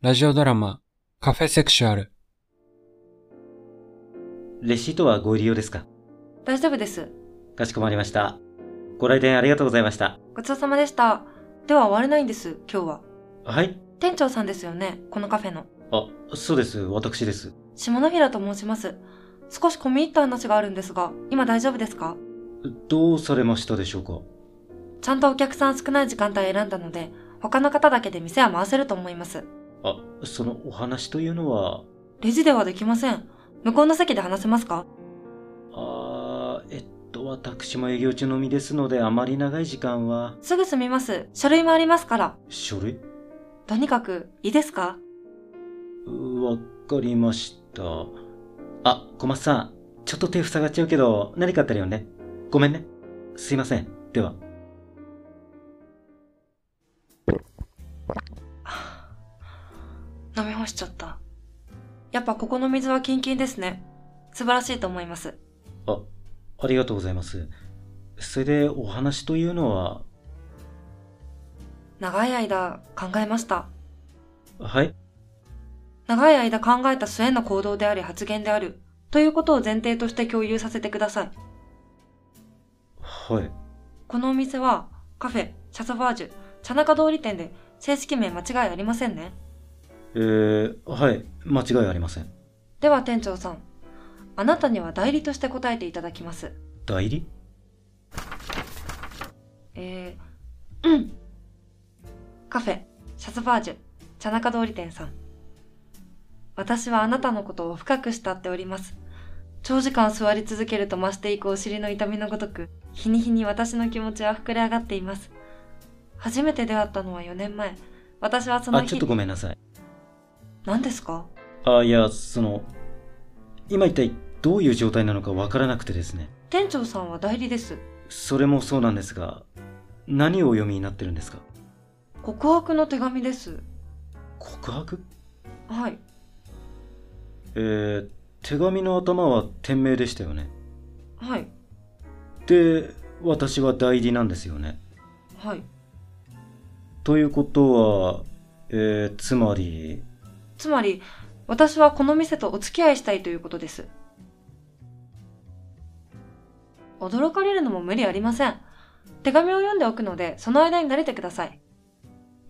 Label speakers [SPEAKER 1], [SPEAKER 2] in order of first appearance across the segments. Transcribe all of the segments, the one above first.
[SPEAKER 1] ラジオドラマ、カフェセクシュアル。
[SPEAKER 2] レシートはご利用ですか
[SPEAKER 3] 大丈夫です。
[SPEAKER 2] かしこまりました。ご来店ありがとうございました。
[SPEAKER 3] ごちそうさまでした。では終われないんです、今日は。
[SPEAKER 2] はい
[SPEAKER 3] 店長さんですよね、このカフェの。
[SPEAKER 2] あ、そうです。私です。
[SPEAKER 3] 下平と申します。少し込み入った話があるんですが、今大丈夫ですか
[SPEAKER 2] どうされましたでしょうか
[SPEAKER 3] ちゃんとお客さん少ない時間帯選んだので、他の方だけで店は回せると思います。
[SPEAKER 2] あ、そのお話というのは、
[SPEAKER 3] レジではできません。向こうの席で話せますか
[SPEAKER 2] あー、えっと、私も営業中の身ですので、あまり長い時間は、
[SPEAKER 3] すぐ済みます。書類もありますから。
[SPEAKER 2] 書類
[SPEAKER 3] とにかく、いいですか
[SPEAKER 2] うわかりました。あ、小松さん、ちょっと手塞がっちゃうけど、何かあったらよね。ごめんね。すいません。では。
[SPEAKER 3] 飲み干しちゃった。やっぱここの水はキンキンですね。素晴らしいと思います。
[SPEAKER 2] あ、ありがとうございます。それで、お話というのは、
[SPEAKER 3] 長い間、考えました。
[SPEAKER 2] はい
[SPEAKER 3] 長い間考えた末の行動であり発言である、ということを前提として共有させてください。
[SPEAKER 2] はい。
[SPEAKER 3] このお店は、カフェ、シャソバージュ、茶中通り店で、正式名間違いありませんね。
[SPEAKER 2] えー、はい。間違いありません。
[SPEAKER 3] では店長さん、あなたには代理として答えていただきます。
[SPEAKER 2] 代理
[SPEAKER 3] えー、うん。カフェ、シャソバージュ、茶中通り店さん。私はあなたのことを深く慕っております。長時間座り続けると増していくお尻の痛みのごとく、日に日に私の気持ちは膨れ上がっています。初めて出会ったのは4年前。私はその
[SPEAKER 2] あ、
[SPEAKER 3] 日、
[SPEAKER 2] ちょっとごめんなさい。
[SPEAKER 3] 何ですか
[SPEAKER 2] あ、いや、その、今一体どういう状態なのかわからなくてですね。
[SPEAKER 3] 店長さんは代理です。
[SPEAKER 2] それもそうなんですが、何をお読みになってるんですか
[SPEAKER 3] 告白の手紙です。
[SPEAKER 2] 告白
[SPEAKER 3] はい。
[SPEAKER 2] えー、手紙の頭は店名でしたよね。
[SPEAKER 3] はい。
[SPEAKER 2] で、私は代理なんですよね。
[SPEAKER 3] はい。
[SPEAKER 2] ということは、えー、つまり、
[SPEAKER 3] つまり、私はこの店とお付き合いしたいということです。驚かれるのも無理ありません。手紙を読んでおくので、その間に慣れてください。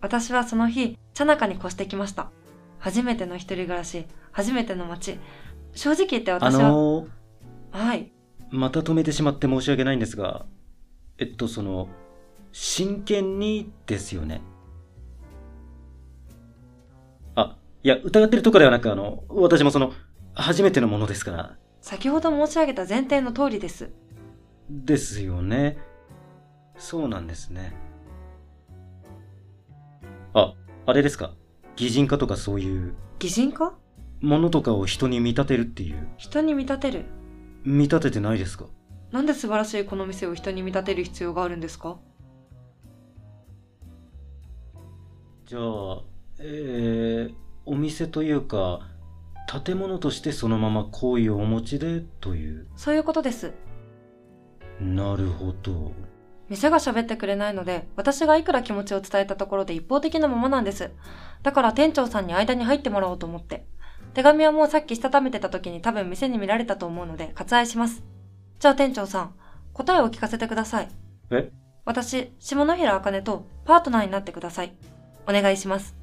[SPEAKER 3] 私はその日、茶中に越してきました。初めての一人暮らし、初めての街。正直言って
[SPEAKER 2] あ
[SPEAKER 3] 私は、
[SPEAKER 2] のー、
[SPEAKER 3] はい。
[SPEAKER 2] また止めてしまって申し訳ないんですが、えっと、その、真剣にですよね。あ、いや、疑ってるとかではなく、あの、私もその、初めてのものですから、
[SPEAKER 3] 先ほど申し上げた前提の通りです。
[SPEAKER 2] ですよね。そうなんですね。あ、あれですか。擬人化とかそういう、
[SPEAKER 3] 擬人化
[SPEAKER 2] ものとかを人に見立てるっていう、
[SPEAKER 3] 人に見立てる。
[SPEAKER 2] 見立ててないですか
[SPEAKER 3] なんで素晴らしいこの店を人に見立てる必要があるんですか
[SPEAKER 2] じゃあ、えー、お店というか、建物としてそのまま好意をお持ちでという。
[SPEAKER 3] そういうことです。
[SPEAKER 2] なるほど。
[SPEAKER 3] 店が喋ってくれないので、私がいくら気持ちを伝えたところで一方的なままなんです。だから店長さんに間に入ってもらおうと思って。手紙はもうさっきしたためてた時に多分店に見られたと思うので割愛します。じゃあ店長さん、答えを聞かせてください。
[SPEAKER 2] え
[SPEAKER 3] 私、下平茜とパートナーになってください。お願いします。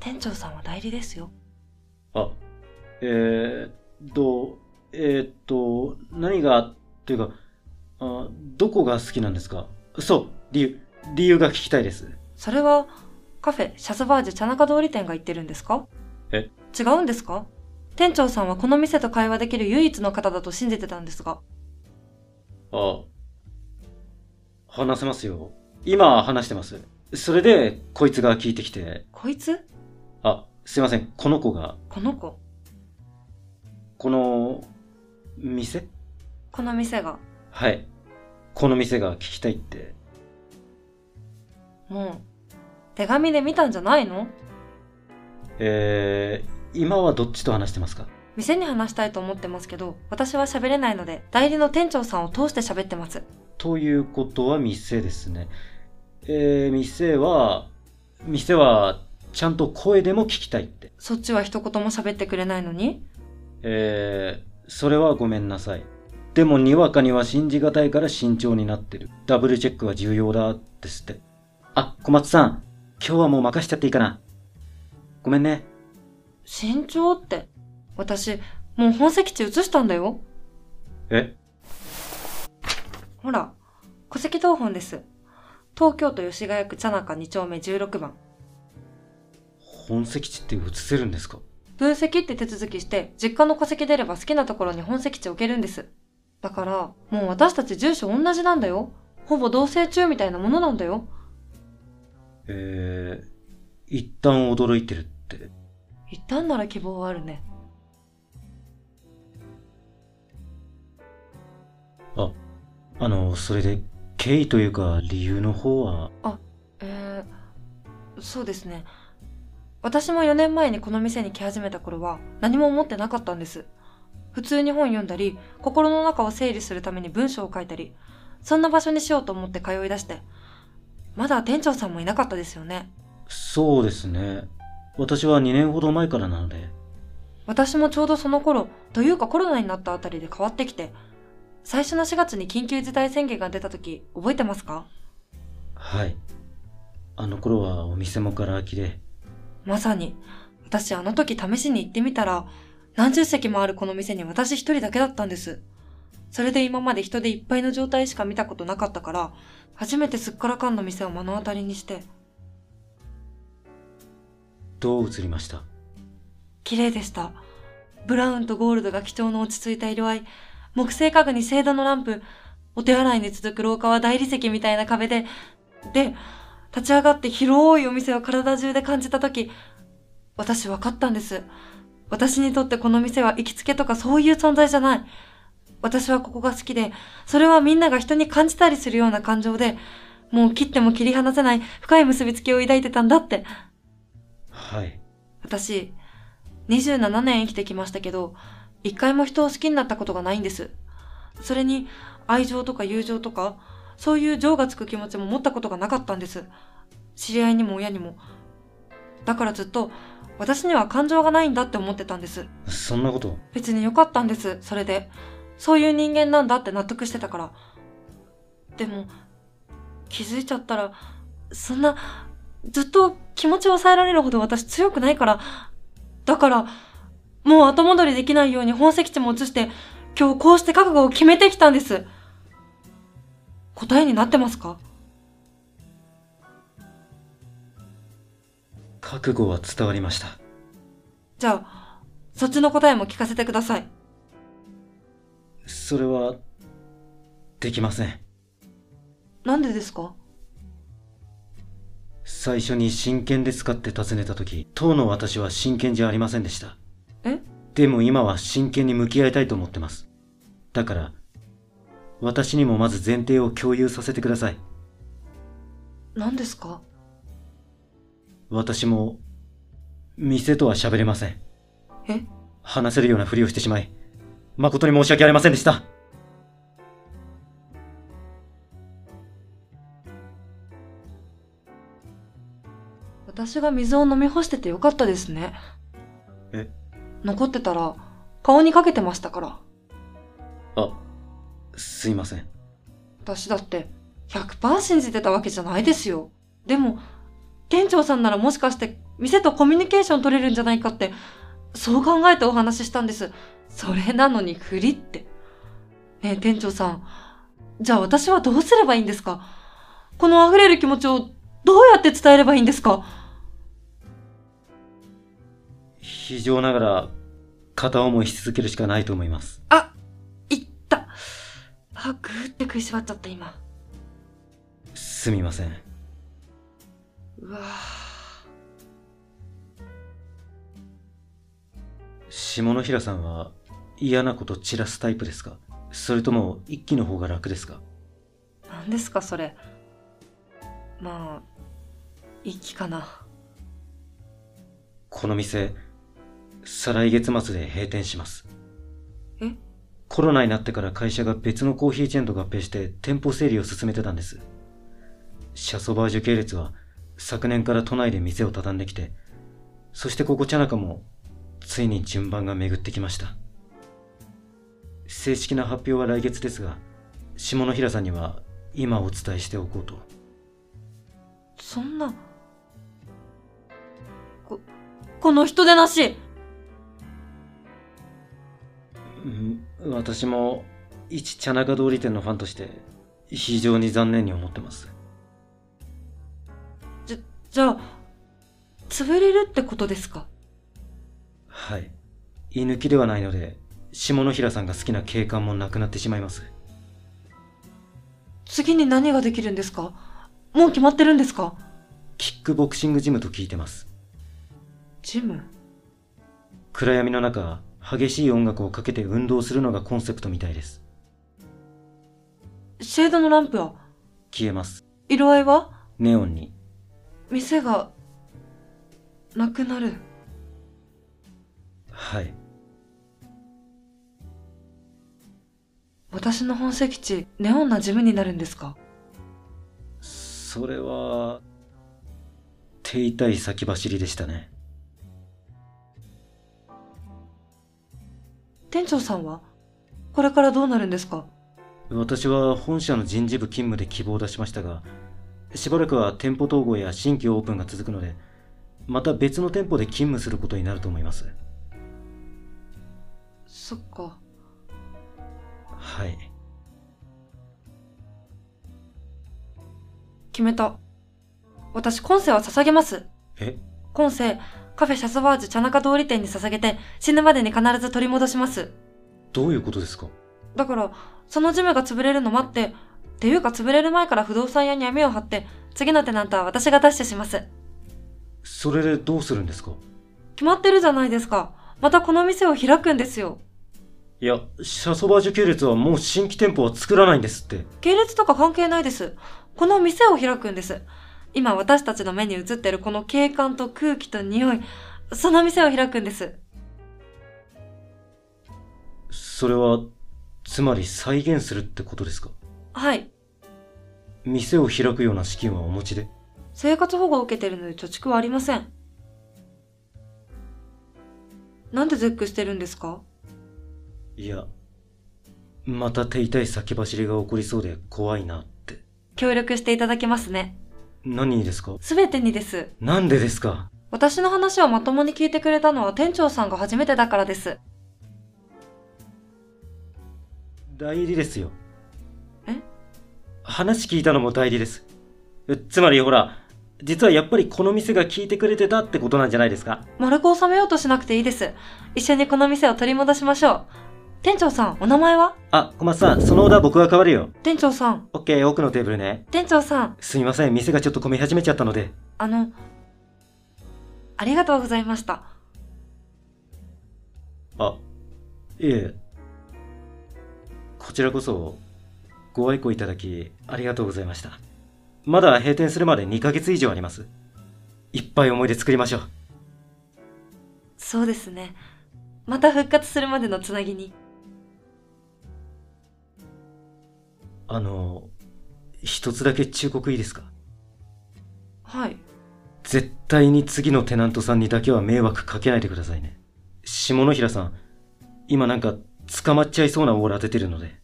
[SPEAKER 3] 店長さんは代理ですよ。
[SPEAKER 2] あ、えー、っと、えー、っと、何が、というか、あどこが好きなんですかそう、理由、理由が聞きたいです。
[SPEAKER 3] それは、カフェ、シャスバージュ、茶中通り店が言ってるんですか
[SPEAKER 2] え
[SPEAKER 3] 違うんですか店長さんはこの店と会話できる唯一の方だと信じてたんですが。
[SPEAKER 2] あ、話せますよ。今話してます。それで、こいつが聞いてきて、
[SPEAKER 3] こいつ
[SPEAKER 2] あ、すいません、この子が、
[SPEAKER 3] この子
[SPEAKER 2] この、店
[SPEAKER 3] この店が。
[SPEAKER 2] はい。この店が聞きたいって。
[SPEAKER 3] もう、手紙で見たんじゃないの
[SPEAKER 2] えー、今はどっちと話してますか
[SPEAKER 3] 店に話したいと思ってますけど、私は喋れないので、代理の店長さんを通して喋ってます。
[SPEAKER 2] ということは店ですね。えー、店は、店はちゃんと声でも聞きたいって。
[SPEAKER 3] そっちは一言も喋ってくれないのに
[SPEAKER 2] えー、それはごめんなさい。でもにわかには信じがたいから慎重になってる。ダブルチェックは重要だですって。あ、小松さん、今日はもう任しちゃっていいかな。ごめんね。
[SPEAKER 3] 慎重って。私、もう本籍地移したんだよ。
[SPEAKER 2] え
[SPEAKER 3] ほら、戸籍謄本です。東京都吉ヶ谷区茶中2丁目16番。
[SPEAKER 2] 本籍地って移せるんですか
[SPEAKER 3] 分析って手続きして、実家の戸籍出れば好きなところに本籍地置けるんです。だから、もう私たち住所同じなんだよ。ほぼ同棲中みたいなものなんだよ。
[SPEAKER 2] えー、一旦驚いてるって。
[SPEAKER 3] 一旦なら希望はあるね。
[SPEAKER 2] あの、それで、経緯というか理由の方は、
[SPEAKER 3] えー、そうですね。私も4年前にこの店に来始めた頃は何も思ってなかったんです。普通に本読んだり、心の中を整理するために文章を書いたり、そんな場所にしようと思って通い出して。まだ店長さんもいなかったですよね。
[SPEAKER 2] そうですね。私は2年ほど前からなので。
[SPEAKER 3] 私もちょうどその頃、というかコロナになったあたりで変わってきて、最初の4月に緊急事態宣言が出た時、覚えてますか
[SPEAKER 2] はい。あの頃はお店もガラ空きで、
[SPEAKER 3] まさに。私あの時試しに行ってみたら、何十席もあるこの店に私一人だけだったんです。それで今まで人でいっぱいの状態しか見たことなかったから、初めてすっからかんの店を目の当たりにして、
[SPEAKER 2] どう移りました
[SPEAKER 3] 綺麗でした。ブラウンとゴールドが基調の落ち着いた色合い、木製家具に青銅のランプ、お手洗いに続く廊下は大理石みたいな壁で、で、立ち上がって広いお店を体中で感じたとき、私分かったんです。私にとってこの店は行きつけとかそういう存在じゃない。私はここが好きで、それはみんなが人に感じたりするような感情で、もう切っても切り離せない深い結びつきを抱いてたんだって。
[SPEAKER 2] はい。
[SPEAKER 3] 私、27年生きてきましたけど、一回も人を好きになったことがないんです。それに、愛情とか友情とか、そういう情がつく気持ちも持ったことがなかったんです。知り合いにも親にも。だからずっと、私には感情がないんだって思ってたんです。
[SPEAKER 2] そんなこと、
[SPEAKER 3] 別に良かったんです、それで。そういう人間なんだって納得してたから。でも、気づいちゃったら、そんな、ずっと気持ちを抑えられるほど私強くないから。だから、もう後戻りできないように本籍地も移して、今日こうして覚悟を決めてきたんです。答えになってますか
[SPEAKER 2] 覚悟は伝わりました。
[SPEAKER 3] じゃあ、そっちの答えも聞かせてください。
[SPEAKER 2] それは、できません。
[SPEAKER 3] なんでですか
[SPEAKER 2] 最初に真剣ですかって尋ねた時、当の私は真剣じゃありませんでした。
[SPEAKER 3] え
[SPEAKER 2] でも今は真剣に向き合いたいと思ってます。だから、私にもまず前提を共有させてください。
[SPEAKER 3] 何ですか
[SPEAKER 2] 私も、店とは喋れません。
[SPEAKER 3] え
[SPEAKER 2] 話せるようなふりをしてしまい、誠に申し訳ありませんでした。
[SPEAKER 3] 私が水を飲み干しててよかったですね。
[SPEAKER 2] え
[SPEAKER 3] 残ってたら、顔にかけてましたから。
[SPEAKER 2] あ、すいません。
[SPEAKER 3] 私だって、100%信じてたわけじゃないですよ。でも、店長さんならもしかして、店とコミュニケーション取れるんじゃないかって、そう考えてお話ししたんです。それなのに不利って。ねえ、店長さん。じゃあ私はどうすればいいんですかこの溢れる気持ちをどうやって伝えればいいんですか
[SPEAKER 2] 非常ながら、片思いし続けるしかないと思います。
[SPEAKER 3] あ、いった。あ、ぐーって食いしばっちゃった今。
[SPEAKER 2] すみません。
[SPEAKER 3] うわ
[SPEAKER 2] 下平さんは嫌なこと散らすタイプですかそれとも一気の方が楽ですか
[SPEAKER 3] ぁ。なんですかそれ。まあ、一気かな。
[SPEAKER 2] この店、再来月末で閉店します。
[SPEAKER 3] え
[SPEAKER 2] コロナになってから会社が別のコーヒーチェーンと合併して店舗整理を進めてたんです。シャソバージュ系列は昨年から都内で店を畳んできて、そしてここ茶中も、ついに順番が巡ってきました。正式な発表は来月ですが、下野平さんには今お伝えしておこうと。
[SPEAKER 3] そんな。こ、この人でなし
[SPEAKER 2] うん私も、一茶中通り店のファンとして、非常に残念に思ってます。
[SPEAKER 3] じゃあ、潰れるってことですか
[SPEAKER 2] はい。居抜きではないので、下野平さんが好きな景観もなくなってしまいます。
[SPEAKER 3] 次に何ができるんですかもう決まってるんですか
[SPEAKER 2] キックボクシングジムと聞いてます。
[SPEAKER 3] ジム
[SPEAKER 2] 暗闇の中、激しい音楽をかけて運動するのがコンセプトみたいです。
[SPEAKER 3] シェードのランプは
[SPEAKER 2] 消えます。
[SPEAKER 3] 色合いは
[SPEAKER 2] ネオンに。
[SPEAKER 3] 店が、なくなる。
[SPEAKER 2] はい。
[SPEAKER 3] 私の本籍地、ネオンなジムになるんですか
[SPEAKER 2] それは、手痛い先走りでしたね。
[SPEAKER 3] 店長さんはこれからどうなるんですか
[SPEAKER 2] 私は本社の人事部勤務で希望を出しましたが、しばらくは店舗統合や新規オープンが続くので、また別の店舗で勤務することになると思います。
[SPEAKER 3] そっか。
[SPEAKER 2] はい。
[SPEAKER 3] 決めた。私、今世は捧げます。
[SPEAKER 2] え
[SPEAKER 3] 今世、カフェシャスワーズ茶中通り店に捧げて、死ぬまでに必ず取り戻します。
[SPEAKER 2] どういうことですか
[SPEAKER 3] だから、そのジムが潰れるの待って、っていうか潰れる前から不動産屋に網を張って、次のテナントは私が出してします。
[SPEAKER 2] それでどうするんですか
[SPEAKER 3] 決まってるじゃないですか。またこの店を開くんですよ。
[SPEAKER 2] いや、シャソバージュ系列はもう新規店舗は作らないんですって。
[SPEAKER 3] 系列とか関係ないです。この店を開くんです。今私たちの目に映ってるこの景観と空気と匂い、その店を開くんです。
[SPEAKER 2] それは、つまり再現するってことですか
[SPEAKER 3] はい。
[SPEAKER 2] 店を開くような資金はお持ちで。
[SPEAKER 3] 生活保護を受けてるので貯蓄はありません。なんでゼックしてるんですか
[SPEAKER 2] いや、また手痛い先走りが起こりそうで怖いなって。
[SPEAKER 3] 協力していただけますね。
[SPEAKER 2] 何にですか
[SPEAKER 3] すべてにです。
[SPEAKER 2] なんでですか
[SPEAKER 3] 私の話をまともに聞いてくれたのは店長さんが初めてだからです。
[SPEAKER 2] 代理ですよ。
[SPEAKER 3] え
[SPEAKER 2] 話聞いたのも代理です。えつまりほら、実はやっぱりこの店が聞いてくれてたってことなんじゃないですか
[SPEAKER 3] 丸く収めようとしなくていいです。一緒にこの店を取り戻しましょう。店長さん、お名前は
[SPEAKER 2] あ、小松さん、そのオーダー僕が変わるよ。
[SPEAKER 3] 店長さん、
[SPEAKER 2] オッケー、奥のテーブルね。
[SPEAKER 3] 店長さん、
[SPEAKER 2] すみません、店がちょっと混み始めちゃったので。
[SPEAKER 3] あの、ありがとうございました。
[SPEAKER 2] あ、いえ。こちらこそ、ご愛顧いただき、ありがとうございました。まだ閉店するまで2ヶ月以上あります。いっぱい思い出作りましょう。
[SPEAKER 3] そうですね。また復活するまでのつなぎに。
[SPEAKER 2] あの、一つだけ忠告いいですか
[SPEAKER 3] はい。
[SPEAKER 2] 絶対に次のテナントさんにだけは迷惑かけないでくださいね。下野平さん、今なんか捕まっちゃいそうなオーラ出てるので。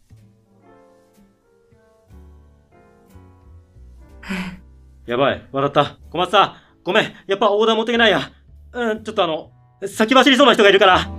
[SPEAKER 2] やばい、笑った。小松さん、ごめん、やっぱオーダー持ってけないや。うん、ちょっとあの、先走りそうな人がいるから。